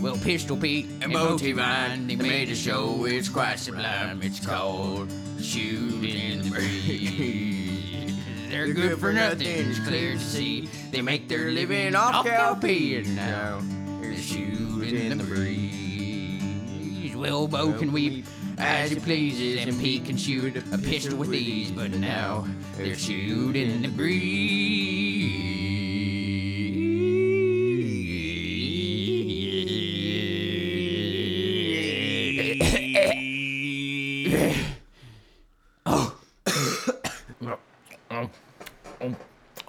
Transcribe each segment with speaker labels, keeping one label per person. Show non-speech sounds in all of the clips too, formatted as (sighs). Speaker 1: Well, Pistol Pete and Motivine, they made a show. It's quite sublime. It's called Shooting the Breeze. They're good for nothing. It's clear to see. They make their living off cowpeas now. They're shooting the breeze. Well, Bo can weep as he pleases, and Pete can shoot a pistol with ease. But now they're shooting the breeze.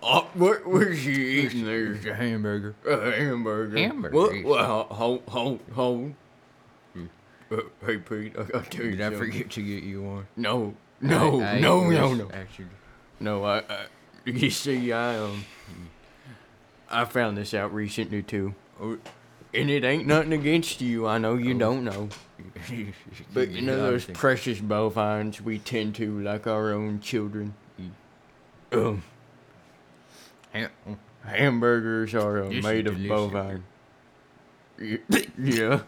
Speaker 2: Oh, what was you eating there?
Speaker 3: It's a hamburger.
Speaker 2: A hamburger.
Speaker 1: Hamburger.
Speaker 2: What? Well, hold, hold, hold. Uh, Hey, Pete, I got to tell you
Speaker 3: Did I
Speaker 2: something.
Speaker 3: forget to get you one?
Speaker 2: No, no,
Speaker 3: I- I
Speaker 2: no,
Speaker 3: ate
Speaker 2: no,
Speaker 3: this
Speaker 2: no.
Speaker 3: Actually,
Speaker 2: No, I, I. You see, I um. I found this out recently too,
Speaker 1: (laughs)
Speaker 3: oh,
Speaker 2: and it ain't nothing against you. I know you don't know, but you know those
Speaker 3: Obviously.
Speaker 2: precious bovines we tend to like our own children.
Speaker 3: Mm.
Speaker 2: Um,
Speaker 3: Ham- oh,
Speaker 2: hamburgers are uh,
Speaker 3: This is
Speaker 2: made of
Speaker 3: delicious.
Speaker 2: bovine. Y- Yeah.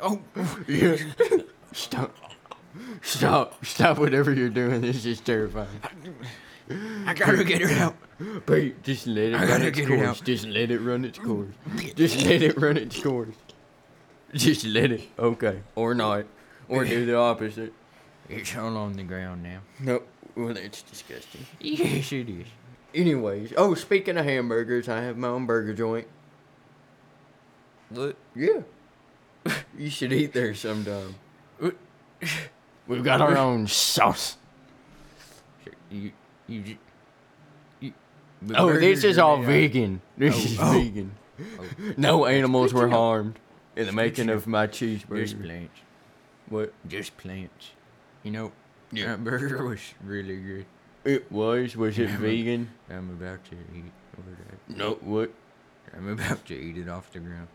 Speaker 2: Oh, yeah. Stop. Stop. Stop whatever you're doing. This is terrifying.
Speaker 1: I gotta get her out.
Speaker 2: Pete, just let it run
Speaker 1: gotta
Speaker 2: its
Speaker 1: get it
Speaker 2: course.
Speaker 1: out.
Speaker 2: Just let it run its course. Just let it run its course. Just let it. Okay. Or not. Or do the opposite.
Speaker 3: It's all on the ground now.
Speaker 2: Nope. Well, that's disgusting.
Speaker 3: (laughs) Yes, it is.
Speaker 2: Anyways, oh, speaking of hamburgers, I have my own burger joint.
Speaker 3: What?
Speaker 2: Yeah. you should eat there sometime. We've got our
Speaker 3: (laughs)
Speaker 2: own sauce.
Speaker 3: You, you, ju- you but
Speaker 2: Oh,
Speaker 3: burgers
Speaker 2: this is
Speaker 3: are
Speaker 2: all
Speaker 3: made out-
Speaker 2: vegan. This is
Speaker 3: Oh.
Speaker 2: vegan. No animals were harmed in the making of my
Speaker 3: Just
Speaker 2: cheeseburger.
Speaker 3: plants.
Speaker 2: What?
Speaker 3: Just plants. You know, that burger was really good.
Speaker 2: It was. Was it vegan?
Speaker 3: I'm about to eat. Over that.
Speaker 2: No. What?
Speaker 3: I'm about to eat it off the ground.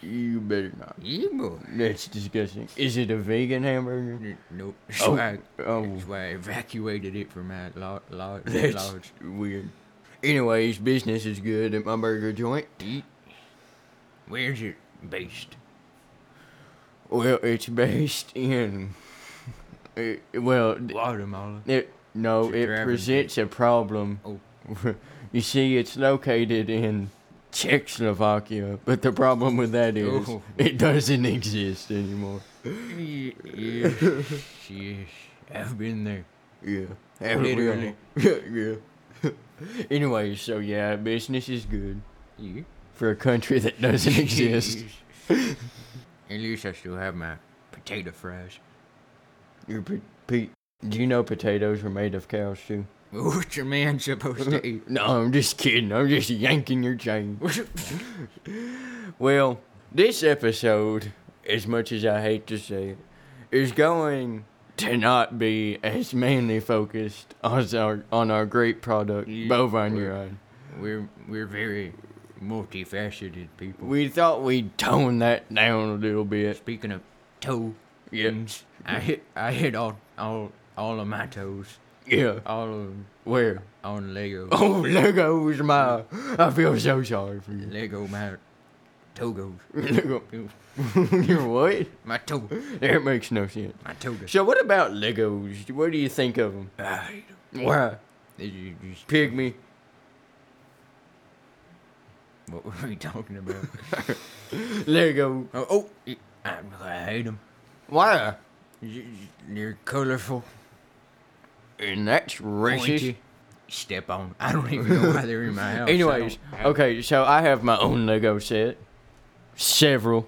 Speaker 2: You better not.
Speaker 3: Yeah, boy.
Speaker 2: That's disgusting. Is it a vegan hamburger?
Speaker 3: N- Nope. That's
Speaker 2: Oh,
Speaker 3: why,
Speaker 2: oh.
Speaker 3: that's why I evacuated it from my lodge. Lo-
Speaker 2: That's
Speaker 3: lodge.
Speaker 2: oh, weird. Anyways, business is good at my burger joint.
Speaker 3: Where's it based?
Speaker 2: Well, it's based in. It, well,
Speaker 3: Guatemala.
Speaker 2: it, no,
Speaker 3: It's a
Speaker 2: it
Speaker 3: driving
Speaker 2: presents a problem.
Speaker 3: Oh.
Speaker 2: (laughs) you see, it's located in Czechoslovakia, but the problem with that is
Speaker 3: Oh.
Speaker 2: it doesn't exist anymore.
Speaker 3: Ye- Yes, yes. I've been
Speaker 2: (laughs)
Speaker 3: there.
Speaker 2: Yeah. Have it
Speaker 3: Oh, Literally.
Speaker 2: real. (laughs) yeah. Anyways, so yeah, business is good
Speaker 3: Yeah.
Speaker 2: for a country that doesn't
Speaker 3: (laughs)
Speaker 2: exist.
Speaker 3: Yes. At least I still have my potato fries.
Speaker 2: Your po- Pete, do you know potatoes are made of cows too?
Speaker 3: What's a man supposed to
Speaker 2: (laughs)
Speaker 3: eat?
Speaker 2: No, I'm just kidding. I'm just yanking your chain. Well, this episode, as much as I hate to say it, is going to not be as mainly focused on our on our great product,
Speaker 3: Yeah.
Speaker 2: bovine urine.
Speaker 3: We're we're very multifaceted people.
Speaker 2: We thought we'd tone that down a little bit.
Speaker 3: Speaking of toe,
Speaker 2: Yeah.
Speaker 3: I hit I hit all all all of my toes.
Speaker 2: Yeah.
Speaker 3: All of 'em
Speaker 2: Where?
Speaker 3: on Lego.
Speaker 2: Oh, Lego was my. I feel so sorry for you.
Speaker 3: Lego my toe goes.
Speaker 2: (laughs) Lego. You're oh. (laughs) what?
Speaker 3: My toe.
Speaker 2: That makes no sense.
Speaker 3: My toe goes.
Speaker 2: So, what about Legos? What do you think of them?
Speaker 3: I hate 'em.
Speaker 2: Why?
Speaker 3: They ju- just-
Speaker 2: Pygmy.
Speaker 3: What were we talking about?
Speaker 2: Lego.
Speaker 3: oh, oh y- I, I hate them.
Speaker 2: Why?
Speaker 3: They're colorful.
Speaker 2: And that's racist.
Speaker 3: Pointy. Step on. I don't even know why they're in
Speaker 2: (laughs)
Speaker 3: my house. I
Speaker 2: Anyways,
Speaker 3: don't- I-
Speaker 2: okay, so I have my own Lego set. Several.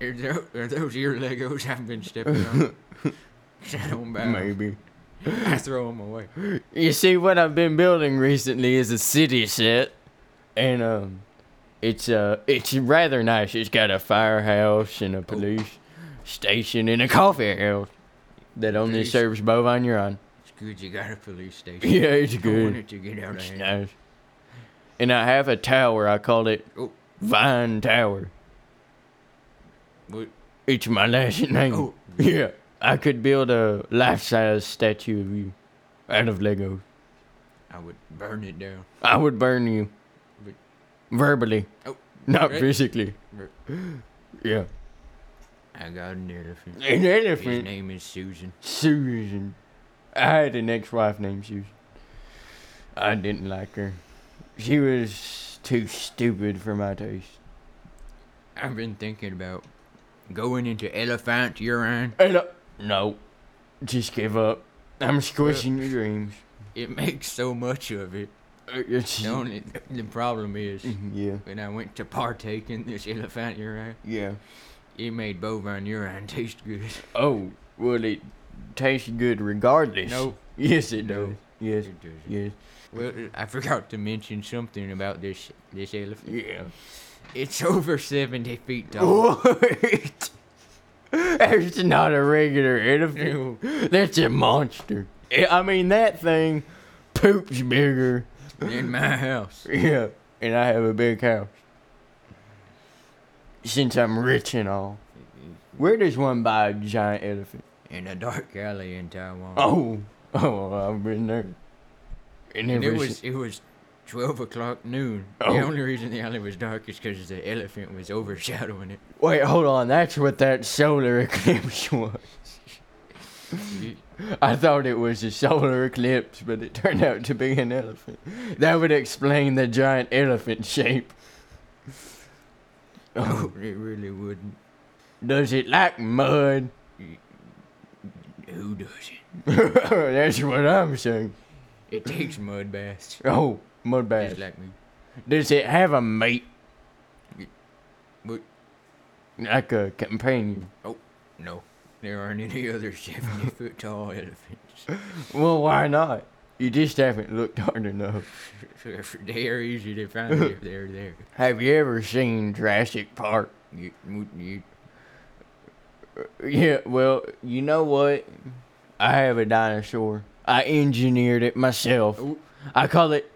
Speaker 3: Are those, are those your Legos I've been stepping
Speaker 2: (laughs)
Speaker 3: on? 'Cause I don't buy 'em.
Speaker 2: Maybe.
Speaker 3: I throw them away.
Speaker 2: You see, what I've been building recently is a city set, and um, it's uh, it's rather nice. It's got a firehouse
Speaker 3: Oh.
Speaker 2: and a police station and a coffee house that only
Speaker 3: Police-
Speaker 2: serves bovine urine. (laughs)
Speaker 3: It's good you got a police station.
Speaker 2: Yeah, it's
Speaker 3: I want
Speaker 2: good.
Speaker 3: it to get out of
Speaker 2: It's
Speaker 3: hand.
Speaker 2: nice. And I have a tower. I call it
Speaker 3: Oh,
Speaker 2: Vine Tower.
Speaker 3: what?
Speaker 2: It's my last name.
Speaker 3: Oh.
Speaker 2: (laughs) Yeah, I could build a life-size statue of you out of Legos.
Speaker 3: I would burn it down.
Speaker 2: I would burn you
Speaker 3: But-
Speaker 2: verbally.
Speaker 3: Oh,
Speaker 2: not
Speaker 3: Right.
Speaker 2: physically.
Speaker 3: Right.
Speaker 2: (gasps) Yeah.
Speaker 3: I got an elephant.
Speaker 2: An
Speaker 3: His
Speaker 2: elephant.
Speaker 3: name is Susan.
Speaker 2: Susan. I had an ex-wife named Susan. I didn't like her. She was too stupid for my taste.
Speaker 3: I've been thinking about going into elephant urine.
Speaker 2: And I, no, just give up. I'm squishing your dreams.
Speaker 3: It makes so much of
Speaker 2: (laughs)
Speaker 3: it.
Speaker 2: Uh, It's,
Speaker 3: The only the problem is
Speaker 2: (laughs) yeah,
Speaker 3: when I went to partake in this elephant urine,
Speaker 2: yeah.
Speaker 3: it made bovine urine taste good.
Speaker 2: Oh, well, it tastes good regardless.
Speaker 3: No.
Speaker 2: (laughs) Yes, it
Speaker 3: No.
Speaker 2: does. Yes,
Speaker 3: It does.
Speaker 2: yes.
Speaker 3: Well, I forgot to mention something about this this elephant.
Speaker 2: Yeah. (laughs)
Speaker 3: It's over seventy feet tall.
Speaker 2: What? That's not a regular (laughs) elephant. That's a monster. I I mean, that thing poops bigger.
Speaker 3: in my house.
Speaker 2: Yeah, and I have a big house. Since I'm rich and all. Where does one buy a giant elephant?
Speaker 3: In a dark alley in Taiwan.
Speaker 2: Oh, oh, I've been there.
Speaker 3: And
Speaker 2: And
Speaker 3: it
Speaker 2: ever
Speaker 3: was
Speaker 2: si-
Speaker 3: it was twelve o'clock noon.
Speaker 2: Oh.
Speaker 3: The only reason the alley was dark is because the elephant was overshadowing it.
Speaker 2: Wait, hold on. That's what that solar (laughs) eclipse was. I thought it was a solar eclipse, but it turned out to be an elephant. That would explain the giant elephant shape.
Speaker 3: Oh, it really wouldn't.
Speaker 2: Does it like mud? (laughs)
Speaker 3: Who doesn't?
Speaker 2: That's what I'm saying.
Speaker 3: It takes mud baths.
Speaker 2: Oh, mud
Speaker 3: Just
Speaker 2: bath.
Speaker 3: like me.
Speaker 2: Does it have a mate?
Speaker 3: But
Speaker 2: Like a companion?
Speaker 3: no, there aren't any (laughs) other seventy foot tall elephants. (laughs)
Speaker 2: Well, why not? You just haven't looked hard enough.
Speaker 3: they are easy to
Speaker 2: (laughs)
Speaker 3: find if they're there.
Speaker 2: Have you ever seen Jurassic Park?
Speaker 3: You, you- you-
Speaker 2: Yeah, well, you know what? I have a dinosaur. I engineered it myself.
Speaker 3: Ooh.
Speaker 2: I call it.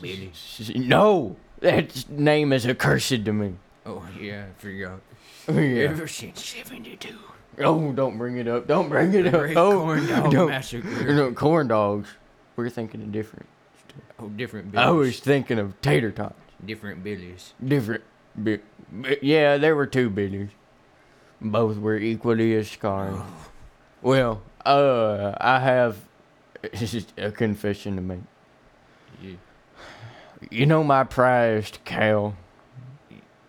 Speaker 3: Billy.
Speaker 2: No! That name is accursed to me.
Speaker 3: Oh yeah, I forgot.
Speaker 2: Yeah.
Speaker 3: Ever since
Speaker 2: (laughs)
Speaker 3: '72,
Speaker 2: Oh, don't bring it up. Don't bring it up.
Speaker 3: Great
Speaker 2: Oh,
Speaker 3: Corn Dog
Speaker 2: don't.
Speaker 3: Massacre.
Speaker 2: (laughs) No, corn dogs. We're thinking of different.
Speaker 3: Oh, different
Speaker 2: I
Speaker 3: Billies.
Speaker 2: was thinking of tater tots.
Speaker 3: Different Billies.
Speaker 2: Different. Bi- bi- yeah, there were two billies. Both were equally as
Speaker 3: Oh.
Speaker 2: scarring. Well, uh, I have (laughs) a confession to make.
Speaker 3: Yeah,
Speaker 2: You know my prized cow.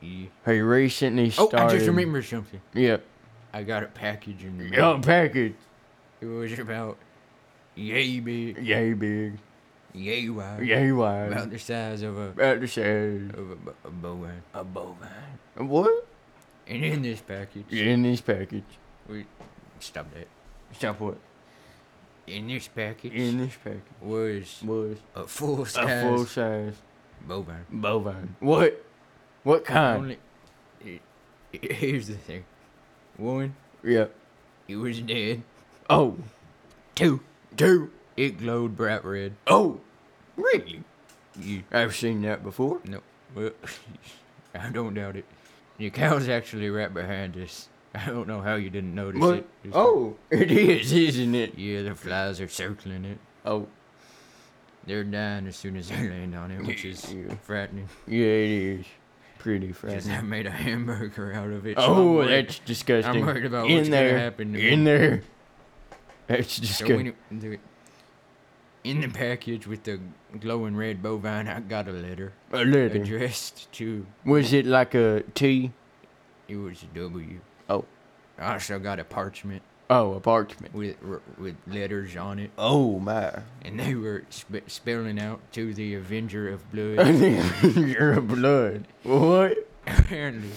Speaker 3: yeah.
Speaker 2: He recently
Speaker 3: Oh,
Speaker 2: started.
Speaker 3: I just remembered something.
Speaker 2: Yeah,
Speaker 3: I got a package in the mail.
Speaker 2: oh, package.
Speaker 3: It was about yay big,
Speaker 2: Yay big,
Speaker 3: yay wide,
Speaker 2: yay wide.
Speaker 3: about the size of a
Speaker 2: About the size.
Speaker 3: of a, bo- a bovine. A bovine.
Speaker 2: What?
Speaker 3: And in this package,
Speaker 2: In this package.
Speaker 3: we stop that.
Speaker 2: Stop what?
Speaker 3: In this package
Speaker 2: In this package
Speaker 3: was
Speaker 2: was
Speaker 3: a full
Speaker 2: a
Speaker 3: size
Speaker 2: full size
Speaker 3: bovine.
Speaker 2: bovine. What? What kind?
Speaker 3: Only it, it- here's the thing. One,
Speaker 2: Yeah.
Speaker 3: it was dead.
Speaker 2: Oh,
Speaker 3: Two,
Speaker 2: dude.
Speaker 3: it glowed bright red.
Speaker 2: Oh, really?
Speaker 3: You
Speaker 2: I've seen that before.
Speaker 3: no, well, (laughs) I don't doubt it. Your cow's actually right behind us. I don't know how you didn't notice
Speaker 2: What?
Speaker 3: it. It's-
Speaker 2: Oh, it is, isn't it?
Speaker 3: Yeah, the flies are circling it.
Speaker 2: Oh,
Speaker 3: They're dying as soon as they land on it, which is
Speaker 2: (laughs) Yeah.
Speaker 3: frightening.
Speaker 2: yeah, it is. Pretty
Speaker 3: 'Cause
Speaker 2: frightening.
Speaker 3: I made a hamburger out of it. so I'm
Speaker 2: Oh,
Speaker 3: worried.
Speaker 2: that's disgusting.
Speaker 3: I'm worried about
Speaker 2: in
Speaker 3: what's gonna
Speaker 2: there,
Speaker 3: happen to me.
Speaker 2: in there. That's
Speaker 3: So
Speaker 2: disgusting.
Speaker 3: when it- the- in the package with the glowing red bovine, I got a letter
Speaker 2: a letter.
Speaker 3: addressed to.
Speaker 2: Was it like a T?
Speaker 3: It was a W.
Speaker 2: Oh,
Speaker 3: I also got a parchment
Speaker 2: oh, a parchment.
Speaker 3: with r- with letters on it,
Speaker 2: Oh my!
Speaker 3: and they were sp- spelling out to the Avenger of Blood.
Speaker 2: (laughs) (laughs) You're a blood. What?
Speaker 3: Apparently,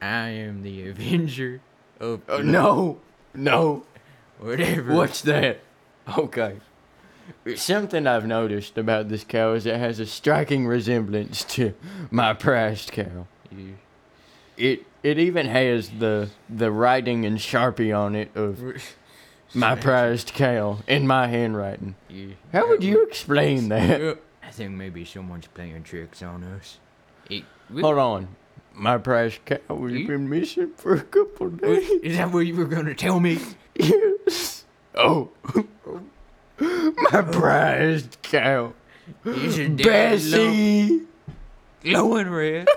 Speaker 3: I am the Avenger of
Speaker 2: Oh, no, no.
Speaker 3: whatever.
Speaker 2: What's that? Okay. Something I've noticed about this cow is it has a striking resemblance to my prized cow.
Speaker 3: You-
Speaker 2: It it even has the the writing and sharpie on it of my prized cow in my handwriting.
Speaker 3: Yeah,
Speaker 2: How
Speaker 3: that
Speaker 2: would you explain that?
Speaker 3: Yeah,
Speaker 2: (laughs)
Speaker 3: I think maybe someone's playing tricks on us. It, we-
Speaker 2: Hold on. My prized cow has
Speaker 3: You-
Speaker 2: been missing for a couple days.
Speaker 3: Is that what you were gonna tell me?
Speaker 2: Yes. (laughs) Oh. My prized cow.
Speaker 3: Is it dead?
Speaker 2: Bessie.
Speaker 3: Lo- glowing red. (laughs)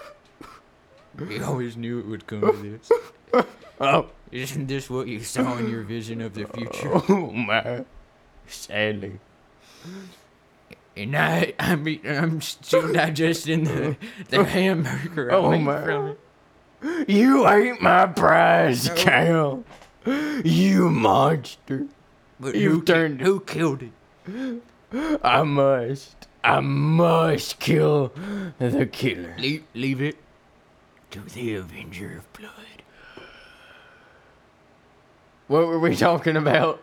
Speaker 3: We always knew it would come to this.
Speaker 2: Oh,
Speaker 3: Isn't this what you saw in your vision of the future?
Speaker 2: oh my. Sadly.
Speaker 3: And I, I mean, I'm still digesting the, the hamburger. I
Speaker 2: Oh
Speaker 3: made
Speaker 2: my.
Speaker 3: from it.
Speaker 2: You ate my prize,
Speaker 3: No.
Speaker 2: Cal. You monster.
Speaker 3: But
Speaker 2: You've
Speaker 3: who, ki-
Speaker 2: turned-
Speaker 3: who killed it?
Speaker 2: I must. I must kill the killer.
Speaker 3: Leave, leave it to the Avenger of Blood.
Speaker 2: What were we (laughs) talking about?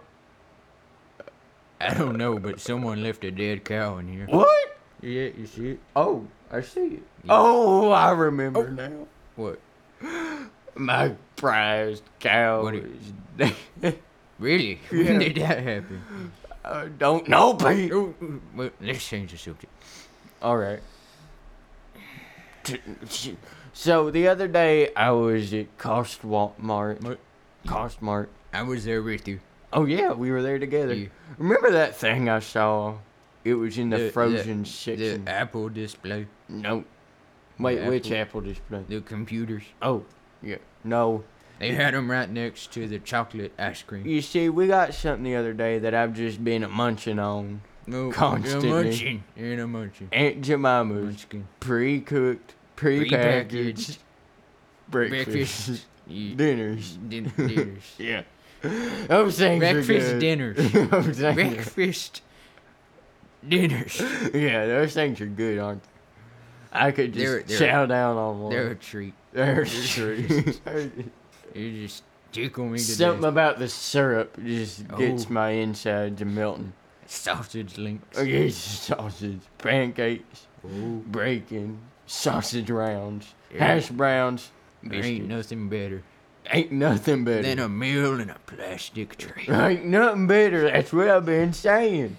Speaker 3: I don't know, but someone left a dead cow in here.
Speaker 2: What?
Speaker 3: Yeah, you see it?
Speaker 2: Oh, I see it. Oh, I remember now.
Speaker 3: What?
Speaker 2: My prized cow.
Speaker 3: What do
Speaker 2: is-
Speaker 3: Really? When
Speaker 2: Yeah.
Speaker 3: did that happen?
Speaker 2: (laughs) I don't know, Pete.
Speaker 3: Oh, well, let's change the subject.
Speaker 2: All right. So the other day I was at Cost Walmart.
Speaker 3: Mart.
Speaker 2: Cost Mart.
Speaker 3: I was there with you.
Speaker 2: Oh yeah, we were there together.
Speaker 3: Yeah.
Speaker 2: Remember that thing I saw? It was in the,
Speaker 3: The- the-
Speaker 2: frozen
Speaker 3: The
Speaker 2: section.
Speaker 3: Apple display,
Speaker 2: no. Wait,
Speaker 3: the
Speaker 2: which apple display?
Speaker 3: the computers.
Speaker 2: Oh, yeah. No.
Speaker 3: They had them right next to the chocolate ice cream.
Speaker 2: You see, we got something the other day that I've just been munching on.
Speaker 3: No,
Speaker 2: Constantly.
Speaker 3: A munching. And a munching.
Speaker 2: Aunt Jemima's
Speaker 3: Munchkin.
Speaker 2: pre-cooked, pre-packaged
Speaker 3: Prepackaged
Speaker 2: breakfast,
Speaker 3: breakfast.
Speaker 2: (laughs)
Speaker 3: Ye-
Speaker 2: dinners. (laughs)
Speaker 3: din- dinners.
Speaker 2: Yeah. Those things
Speaker 3: breakfast
Speaker 2: are good. (laughs)
Speaker 3: dinners.
Speaker 2: Those things-
Speaker 3: breakfast
Speaker 2: (laughs)
Speaker 3: dinners.
Speaker 2: yeah, those things are good, aren't they? I could just
Speaker 3: They're- they're-
Speaker 2: chow down on one. (laughs)
Speaker 3: They're a treat.
Speaker 2: There's (laughs) trees.
Speaker 3: You just tickle me to
Speaker 2: Something
Speaker 3: death.
Speaker 2: about the syrup just gets
Speaker 3: Oh.
Speaker 2: my insides melting.
Speaker 3: Sausage links.
Speaker 2: Okay, sausage, pancakes,
Speaker 3: Oh,
Speaker 2: bacon, sausage rounds,
Speaker 3: Yeah.
Speaker 2: hash browns.
Speaker 3: there ain't nothing better
Speaker 2: Ain't nothing better.
Speaker 3: than a meal in a plastic tray.
Speaker 2: (laughs) Ain't nothing better. That's what I've been saying.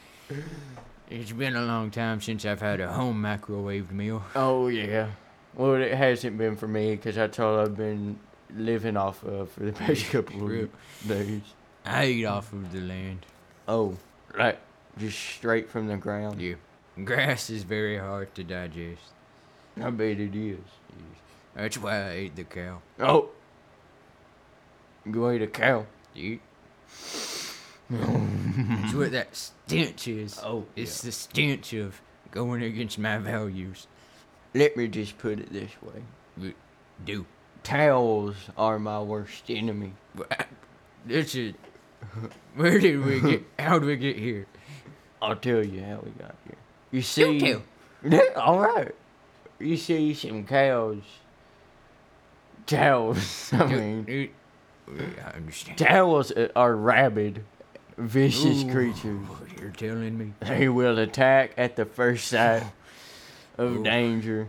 Speaker 3: It's been a long time since I've had a home microwaved meal.
Speaker 2: Oh yeah. Well, it hasn't been for me because that's all I've been living off of for the past couple of
Speaker 3: Rip.
Speaker 2: days.
Speaker 3: I eat off of the land.
Speaker 2: Oh, like just straight from the ground.
Speaker 3: Yeah. Grass is very hard to digest.
Speaker 2: I bet it is.
Speaker 3: That's why I ate the cow.
Speaker 2: Oh. Go eat a cow.
Speaker 3: Dude. That's what that stench is.
Speaker 2: Oh,
Speaker 3: It's the stench of going against my values.
Speaker 2: Let me just put it this way.
Speaker 3: You Do.
Speaker 2: Towels are my worst enemy.
Speaker 3: This is. Where did we
Speaker 2: (laughs)
Speaker 3: get. How did we get here?
Speaker 2: I'll tell you how we got here. You
Speaker 3: You
Speaker 2: see,
Speaker 3: tell.
Speaker 2: (laughs) all right. You see some cows. Towels. (laughs) I mean,
Speaker 3: You- I understand.
Speaker 2: towels are rabid, vicious
Speaker 3: Ooh,
Speaker 2: creatures.
Speaker 3: You're telling me.
Speaker 2: They will attack at the first (sighs) sight of
Speaker 3: Ooh.
Speaker 2: danger.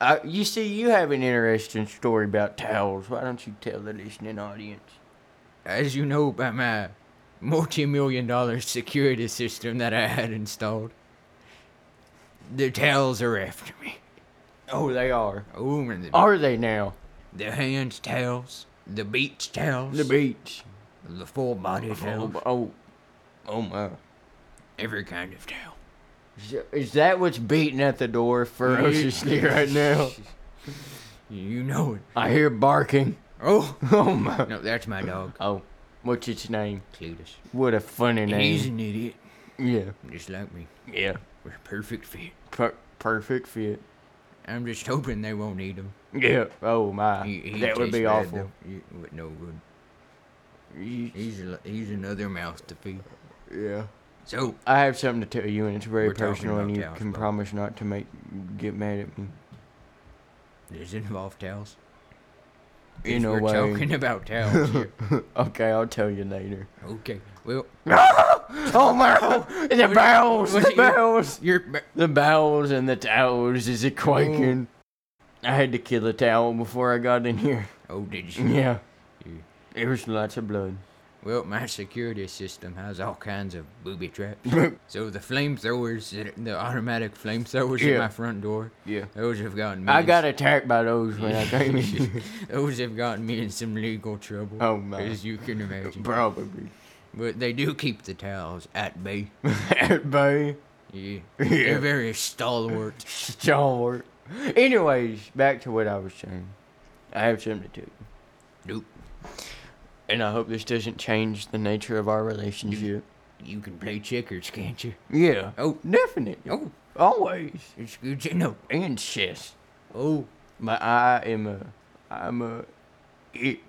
Speaker 2: Uh, you see, you have an interesting story about towels. Why don't you tell the listening audience?
Speaker 3: As you know by my multi million dollar security system that I had installed, the towels are after me.
Speaker 2: Oh, they are.
Speaker 3: Oh, and the,
Speaker 2: Are they now?
Speaker 3: the hands towels, the beach towels,
Speaker 2: The beach.
Speaker 3: the full body towels,
Speaker 2: Oh, oh, oh my.
Speaker 3: every kind of towel.
Speaker 2: Is that- Is that what's beating at the door ferociously
Speaker 3: (laughs)
Speaker 2: right now?
Speaker 3: You know it.
Speaker 2: I hear barking. (laughs)
Speaker 3: Oh,
Speaker 2: Oh my.
Speaker 3: no, that's my dog,
Speaker 2: Oh, what's its name?
Speaker 3: Cletus.
Speaker 2: What a funny
Speaker 3: He's
Speaker 2: name.
Speaker 3: an idiot,
Speaker 2: Yeah.
Speaker 3: just like me.
Speaker 2: Yeah.
Speaker 3: We're a perfect fit.
Speaker 2: Per- perfect fit.
Speaker 3: I'm just hoping they won't eat him.
Speaker 2: Yeah. Oh my.
Speaker 3: He, he
Speaker 2: that would
Speaker 3: tastes
Speaker 2: be
Speaker 3: bad,
Speaker 2: awful.
Speaker 3: though. He- no good.
Speaker 2: You-
Speaker 3: He's a, he's another mouth to feed.
Speaker 2: Yeah.
Speaker 3: So
Speaker 2: I have something to tell you, and it's very
Speaker 3: We're talking
Speaker 2: personal, and
Speaker 3: about
Speaker 2: you
Speaker 3: cows,
Speaker 2: can
Speaker 3: bro.
Speaker 2: promise not to make get mad at me.
Speaker 3: Does it involve towels?
Speaker 2: In a
Speaker 3: we're
Speaker 2: way.
Speaker 3: talking
Speaker 2: (laughs)
Speaker 3: about towels here.
Speaker 2: Okay, I'll tell you later.
Speaker 3: okay. Well,
Speaker 2: Oh
Speaker 3: (laughs)
Speaker 2: my! The bowels,
Speaker 3: what
Speaker 2: the
Speaker 3: you-
Speaker 2: bowels,
Speaker 3: you're ba-
Speaker 2: the bowels, and the towels is a quaking. I had to kill a towel before I got in here.
Speaker 3: oh, did you?
Speaker 2: (laughs) Yeah,
Speaker 3: you?
Speaker 2: there was lots of blood.
Speaker 3: Well, my security system has all kinds of booby
Speaker 2: (laughs)
Speaker 3: traps. so the flamethrowers, that- the automatic flamethrowers
Speaker 2: Yeah.
Speaker 3: at my front door,
Speaker 2: Yeah,
Speaker 3: those have gotten me.
Speaker 2: I
Speaker 3: in-
Speaker 2: got attacked by those when (laughs) I came in. here.
Speaker 3: (laughs) Those have gotten me in some legal trouble.
Speaker 2: Oh, my.
Speaker 3: As you can imagine.
Speaker 2: Probably. (laughs)
Speaker 3: But they do keep the towels at bay.
Speaker 2: Everybody,
Speaker 3: Yeah.
Speaker 2: (laughs) Yeah.
Speaker 3: They're very stalwart.
Speaker 2: stalwart. Anyways, back to what I was saying. I have something to do.
Speaker 1: Nope.
Speaker 2: And I hope this doesn't change the nature of our relationship.
Speaker 3: You can play checkers, can't you?
Speaker 2: Yeah.
Speaker 3: Oh.
Speaker 2: definitely.
Speaker 3: Oh,
Speaker 2: Always.
Speaker 3: it's good to know.
Speaker 2: And sis.
Speaker 3: Oh,
Speaker 2: But I am a. I'm a. e, It,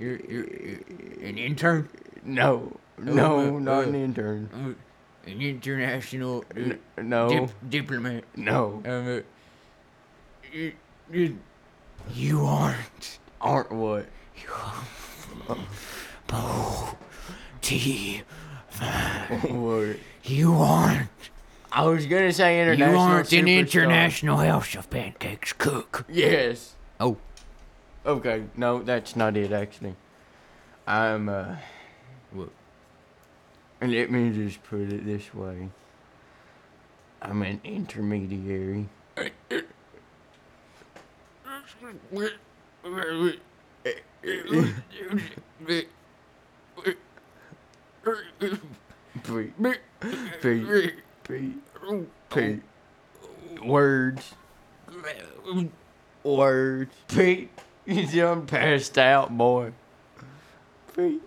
Speaker 3: you're, you're, you're an intern?
Speaker 2: no. No,
Speaker 3: uh,
Speaker 2: not an
Speaker 3: uh,
Speaker 2: intern.
Speaker 3: Uh, an international uh,
Speaker 2: N- no.
Speaker 3: dip- diplomat?
Speaker 2: No.
Speaker 3: Um, uh, you, you, you aren't.
Speaker 2: Aren't what?
Speaker 3: T.
Speaker 2: (laughs) what?
Speaker 3: You aren't.
Speaker 2: I was gonna say
Speaker 3: You
Speaker 2: international.
Speaker 3: aren't an
Speaker 2: superstar.
Speaker 3: international house of pancakes cook.
Speaker 2: Yes.
Speaker 3: Oh.
Speaker 2: Okay. No, that's not it actually. I'm uh.
Speaker 3: What?
Speaker 2: And let me just put it this way. I'm an intermediary. (laughs) Pete, Pete, Pete, Pete. Words, words. Pete, you done passed out, boy. Pete,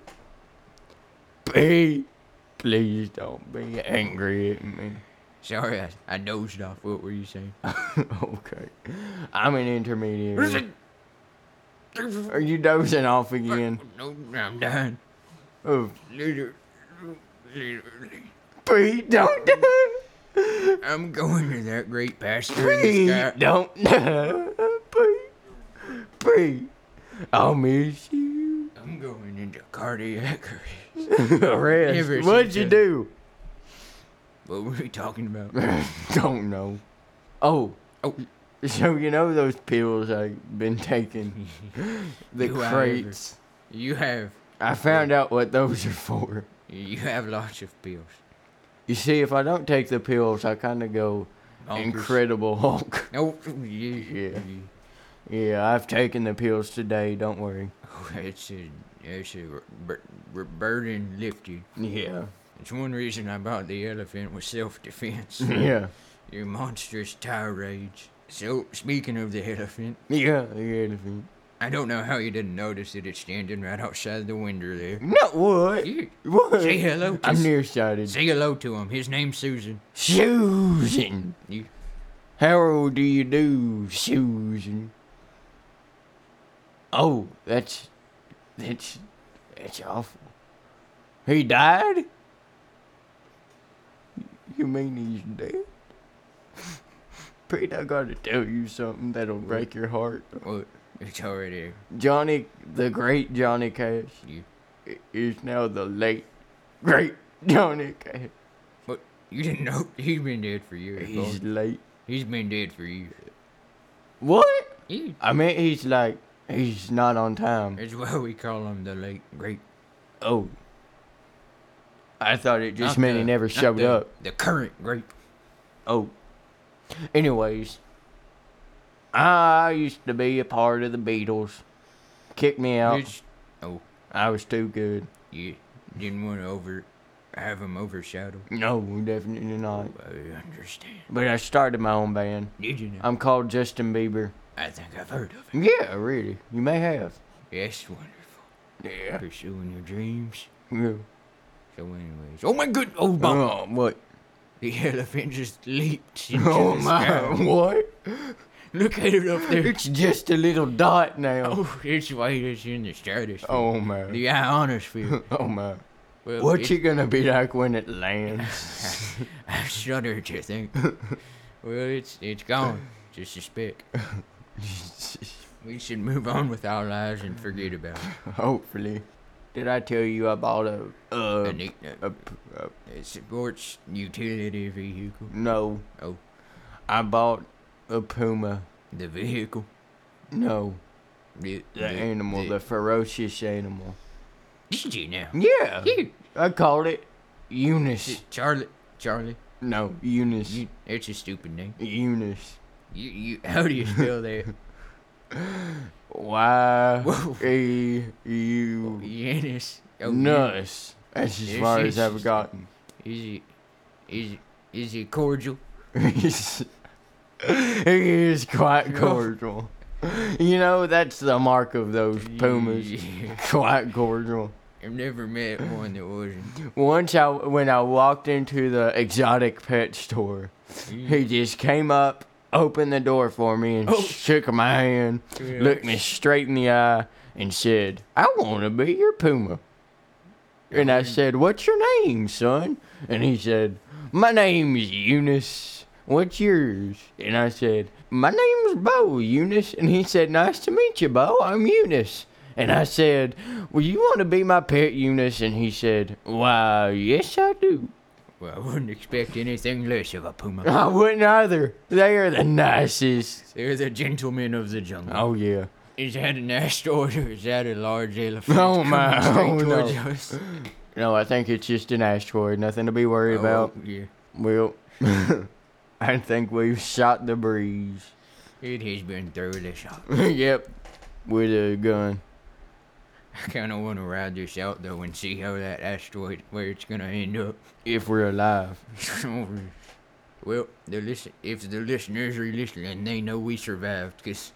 Speaker 2: Pete, please don't be angry at me. (laughs)
Speaker 3: Sorry, I, I dozed off. What were you saying?
Speaker 2: okay. I'm an intermediary. Are you dozing off again?
Speaker 3: (laughs) No, I'm done.
Speaker 2: Oh,
Speaker 3: Later. Later.
Speaker 2: Pete, don't do
Speaker 3: I'm going to that great pastor in the
Speaker 2: Pete,
Speaker 3: sky.
Speaker 2: don't Pete, Pete, I'll miss you. (laughs)
Speaker 3: I'm going into cardiac arrest. (laughs)
Speaker 2: Arrest.
Speaker 3: Never
Speaker 2: What'd you
Speaker 3: seen
Speaker 2: do?
Speaker 3: What were we talking about?
Speaker 2: (laughs) don't know. Oh,
Speaker 3: Oh,
Speaker 2: so you know those pills I've
Speaker 3: (laughs)
Speaker 2: been taking? the
Speaker 3: Do I ever?
Speaker 2: crates.
Speaker 3: you have
Speaker 2: I found out what those are for.
Speaker 3: you have lots of pills.
Speaker 2: You see, if I don't take the pills, I kind of go
Speaker 3: Bonkers.
Speaker 2: Incredible Hulk.
Speaker 3: Oh, yeah.
Speaker 2: Yeah. (laughs) Yeah, I've taken the pills today. Don't worry.
Speaker 3: Oh, It's a, it's a bur- bur- burden lifted.
Speaker 2: Yeah.
Speaker 3: It's one reason I bought the elephant was self-defense.
Speaker 2: (laughs) (laughs) Yeah.
Speaker 3: Your monstrous tirades. So, speaking of the elephant,
Speaker 2: Yeah. Yeah.
Speaker 3: I don't know how you didn't notice that it's standing right outside the window there.
Speaker 2: No, what?
Speaker 3: You-
Speaker 2: What?
Speaker 3: Say hello to
Speaker 2: I'm
Speaker 3: s-
Speaker 2: nearsighted.
Speaker 3: Say hello to him. His name's Susan.
Speaker 2: Susan.
Speaker 3: You,
Speaker 2: How do you do, Susan? Oh, that's. That's. That's awful. He died? You mean he's dead? (laughs) Pete, I gotta tell you something that'll break your heart.
Speaker 3: well, it's already
Speaker 2: Johnny, the great Johnny Cash,
Speaker 3: you.
Speaker 2: i- is now the late, great Johnny Cash.
Speaker 3: But you didn't know (laughs) he's been dead for years. boy.
Speaker 2: He's late.
Speaker 3: he's been dead for years.
Speaker 2: What?
Speaker 3: He,
Speaker 2: I mean, he's like, he's not on time.
Speaker 3: that's why we call him the late great.
Speaker 2: Oh. I thought it just
Speaker 3: not
Speaker 2: meant
Speaker 3: the-
Speaker 2: he never
Speaker 3: not
Speaker 2: showed
Speaker 3: the-
Speaker 2: up.
Speaker 3: The current great.
Speaker 2: Oh. Anyways, I used to be a part of the Beatles. Kick me out.
Speaker 3: It's- oh,
Speaker 2: I was too good.
Speaker 3: you didn't want to over have him overshadow.
Speaker 2: No, definitely not.
Speaker 3: I understand.
Speaker 2: But I started my own band.
Speaker 3: Did you know?
Speaker 2: I'm called Justin Bieber.
Speaker 3: I think I've heard of it.
Speaker 2: Yeah, really. You may have.
Speaker 3: Yes, wonderful.
Speaker 2: Yeah.
Speaker 3: Pursuing your dreams.
Speaker 2: yeah.
Speaker 3: So, anyways, oh my good, oh (laughs) my,
Speaker 2: Oh, what?
Speaker 3: the elephant just leaped. Into
Speaker 2: (laughs) Oh
Speaker 3: the
Speaker 2: my,
Speaker 3: Sky.
Speaker 2: what?
Speaker 3: Look at it up there.
Speaker 2: It's just a little dot now.
Speaker 3: Oh, it's why it's in the stratosphere.
Speaker 2: Oh my.
Speaker 3: The ionosphere.
Speaker 2: (laughs) Oh my.
Speaker 3: Well,
Speaker 2: What's
Speaker 3: it-
Speaker 2: it gonna be like when it lands?
Speaker 3: (laughs) I shudder to think. well, it's it's gone. Just a speck. We should move on with our lives and forget about it.
Speaker 2: (laughs) Hopefully. Did I tell you I bought a uh
Speaker 3: A neat- a-
Speaker 2: a, p- a-
Speaker 3: a sports utility vehicle.
Speaker 2: no?
Speaker 3: Oh,
Speaker 2: I bought a puma.
Speaker 3: the vehicle.
Speaker 2: No,
Speaker 3: The,
Speaker 2: the animal, the
Speaker 3: The,
Speaker 2: ferocious animal.
Speaker 3: did you now?
Speaker 2: Yeah,
Speaker 3: You-
Speaker 2: I called it Eunice.
Speaker 3: Ch- Charlie, Charlie,
Speaker 2: No, Eunice.
Speaker 3: you, it's a stupid name.
Speaker 2: Eunice.
Speaker 3: You, you, how do you spell that?
Speaker 2: Y
Speaker 3: Whoa.
Speaker 2: E U
Speaker 3: Yanis. Oh,
Speaker 2: Nuss. That's as
Speaker 3: Yes,
Speaker 2: far as
Speaker 3: yes,
Speaker 2: I've
Speaker 3: yes.
Speaker 2: gotten.
Speaker 3: Is it, is it, is it cordial?
Speaker 2: I He is quite cordial. You know, that's the mark of those pumas. Quite cordial.
Speaker 3: I've never met one that wasn't.
Speaker 2: Once I when I walked into the exotic pet store, he just came up, opened the door for me, and shook my hand, looked me straight in the eye, and said, "I want to be your puma." And I said, "What's your name, son?" And he said, "My name's Eunice. What's yours?" And I said, "My name's Bo Eunice." And he said, "Nice to meet you, Bo. I'm Eunice." And I said, "Well, you want to be my pet, Eunice?" And he said, "Why, yes, I do." (laughs)
Speaker 3: Well, I wouldn't expect anything less of a puma.
Speaker 2: I wouldn't either. They are the nicest.
Speaker 3: They're the gentlemen of the jungle.
Speaker 2: Oh yeah.
Speaker 3: Is that an asteroid or is that a large elephant?
Speaker 2: Oh, my.
Speaker 3: coming straight
Speaker 2: Oh, no.
Speaker 3: towards us?
Speaker 2: No, I think it's just an asteroid. Nothing to be worried about.
Speaker 3: Oh, yeah.
Speaker 2: Well, (laughs) I think we've shot the breeze.
Speaker 3: It has been thoroughly shot.
Speaker 2: (laughs) yep, with a gun.
Speaker 3: I kind of want to ride this out though and see how that asteroid, where it's gonna end up.
Speaker 2: If we're alive.
Speaker 3: (laughs) well, the listen, if the listeners are listening, they know we survived,
Speaker 2: (laughs)
Speaker 3: 'cause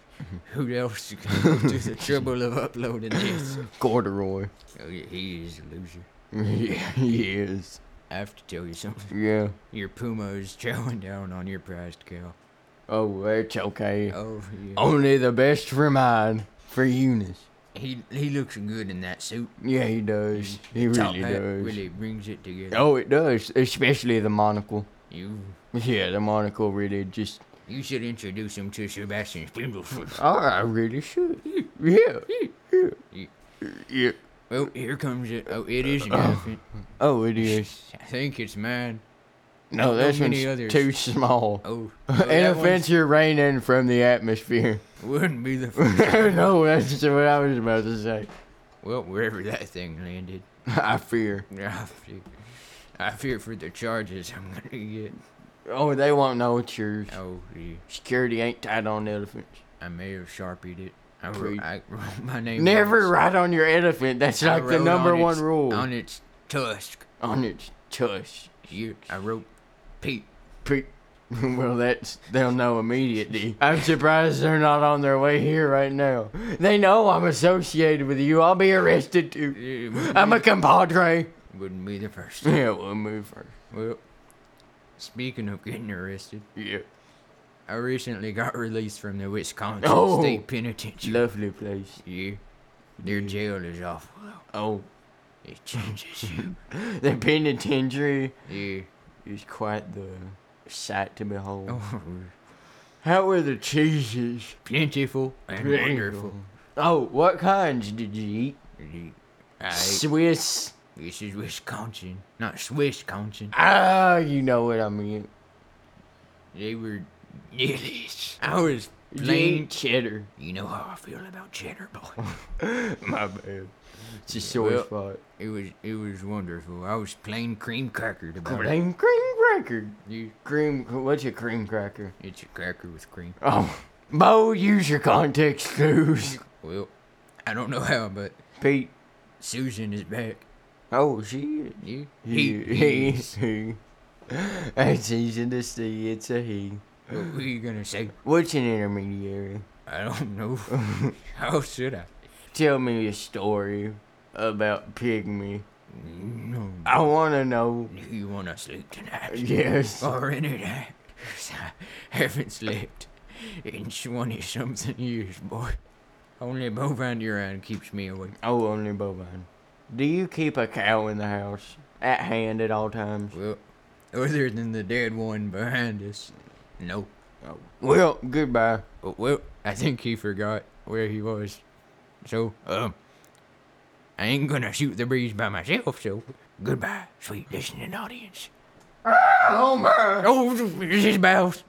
Speaker 3: who else is gonna go to the trouble of uploading
Speaker 2: (laughs)
Speaker 3: this?
Speaker 2: Corduroy.
Speaker 3: Oh, yeah, he is a loser.
Speaker 2: yeah, he is.
Speaker 3: I have to tell you something.
Speaker 2: Yeah.
Speaker 3: Your puma is chowing down on your prized cow.
Speaker 2: Oh, it's okay.
Speaker 3: Oh, yeah.
Speaker 2: Only the best for mine. For Eunice.
Speaker 3: He he looks good in that suit.
Speaker 2: Yeah, he does. He
Speaker 3: Top
Speaker 2: really
Speaker 3: hat
Speaker 2: does.
Speaker 3: really brings it together.
Speaker 2: Oh, it does. Especially the monocle.
Speaker 3: You
Speaker 2: Yeah, the monocle really just.
Speaker 3: you should introduce him to Sebastian Spindlefoot.
Speaker 2: Oh, I really should. Yeah. Yeah. Yeah.
Speaker 3: Oh, here comes it. Oh, it is an
Speaker 2: Uh.
Speaker 3: elephant.
Speaker 2: Oh, it is.
Speaker 3: I think it's mine.
Speaker 2: No,
Speaker 3: Not
Speaker 2: this
Speaker 3: many
Speaker 2: one's
Speaker 3: others.
Speaker 2: too small. (laughs)
Speaker 3: Oh, oh that
Speaker 2: Elephants are raining from the atmosphere. (laughs)
Speaker 3: one's- wouldn't be the first.
Speaker 2: no, that's just what I was about to say.
Speaker 3: well, wherever that thing landed.
Speaker 2: (laughs)
Speaker 3: (laughs)
Speaker 2: I fear.
Speaker 3: I fear, I fear for the charges I'm gonna get.
Speaker 2: Oh, they won't know it's yours.
Speaker 3: Oh, yeah.
Speaker 2: Security ain't tied on elephants.
Speaker 3: I may have sharpied it. I
Speaker 2: Preach.
Speaker 3: wrote, I wrote my name. on
Speaker 2: Never
Speaker 3: its-
Speaker 2: ride on your elephant. That's
Speaker 3: I
Speaker 2: like the
Speaker 3: wrote
Speaker 2: number
Speaker 3: on
Speaker 2: one
Speaker 3: its-
Speaker 2: rule.
Speaker 3: On its tusk.
Speaker 2: On its tush.
Speaker 3: You, I wrote Pete.
Speaker 2: Pre- (laughs) well, that's they'll know (laughs) immediately. I'm surprised they're not on their way here right now. They know I'm associated with you. I'll be arrested (laughs) too.
Speaker 3: It wouldn't
Speaker 2: I'm
Speaker 3: be-
Speaker 2: a compadre.
Speaker 3: wouldn't be the
Speaker 2: (laughs)
Speaker 3: first.
Speaker 2: Yeah, we'll move first.
Speaker 3: well, speaking of getting arrested,
Speaker 2: Yeah.
Speaker 3: I recently got released from the Wisconsin
Speaker 2: Oh.
Speaker 3: State Penitentiary.
Speaker 2: Lovely place.
Speaker 3: Yeah. Their jail is awful.
Speaker 2: Oh,
Speaker 3: It changes
Speaker 2: (laughs)
Speaker 3: you.
Speaker 2: the penitentiary
Speaker 3: yeah.
Speaker 2: is quite the sight to behold.
Speaker 3: Oh,
Speaker 2: How were the cheeses?
Speaker 3: plentiful and wonderful.
Speaker 2: Oh, what kinds did you eat?
Speaker 3: Yeah. I,
Speaker 2: Swiss.
Speaker 3: this is Wisconsin, not Swissconsin.
Speaker 2: Ah, you know what I mean.
Speaker 3: They were nillies. I was plain.
Speaker 2: Plain cheddar.
Speaker 3: You know how I feel about cheddar, boy.
Speaker 2: (laughs)
Speaker 3: (laughs)
Speaker 2: My bad. It's a sore
Speaker 3: well-
Speaker 2: spot.
Speaker 3: It was it was wonderful. I was plain cream cracker about it.
Speaker 2: Cream, cream cracker.
Speaker 3: You,
Speaker 2: Cream, what's a cream cracker?
Speaker 3: it's a cracker with cream.
Speaker 2: Oh, Bo, use your context clues.
Speaker 3: Well, I don't know how, but
Speaker 2: Pete.
Speaker 3: Susan is back.
Speaker 2: Oh, she is.
Speaker 3: You,
Speaker 2: He, he, he. (laughs) It's easy to see. It's a he.
Speaker 3: What were you gonna say?
Speaker 2: What's an intermediary?
Speaker 3: I don't
Speaker 2: (laughs)
Speaker 3: know. How should I?
Speaker 2: Tell me a story about Pygmy.
Speaker 3: No.
Speaker 2: I want to know.
Speaker 3: You wanna sleep
Speaker 2: (laughs)
Speaker 3: tonight? (laughs)
Speaker 2: Yes.
Speaker 3: Or any day? 'Cause I haven't slept in 20 something years, boy. Only bovine urine keeps me awake.
Speaker 2: Oh, only bovine. Do you keep a cow in the house at hand at all times?
Speaker 3: Well, other than the dead one behind us, no.
Speaker 2: Well, goodbye.
Speaker 3: But, Well, I think he forgot where he was. So, um, I ain't gonna shoot the breeze by myself, so goodbye, sweet listening audience.
Speaker 2: Oh my!
Speaker 3: Oh, this is Bows.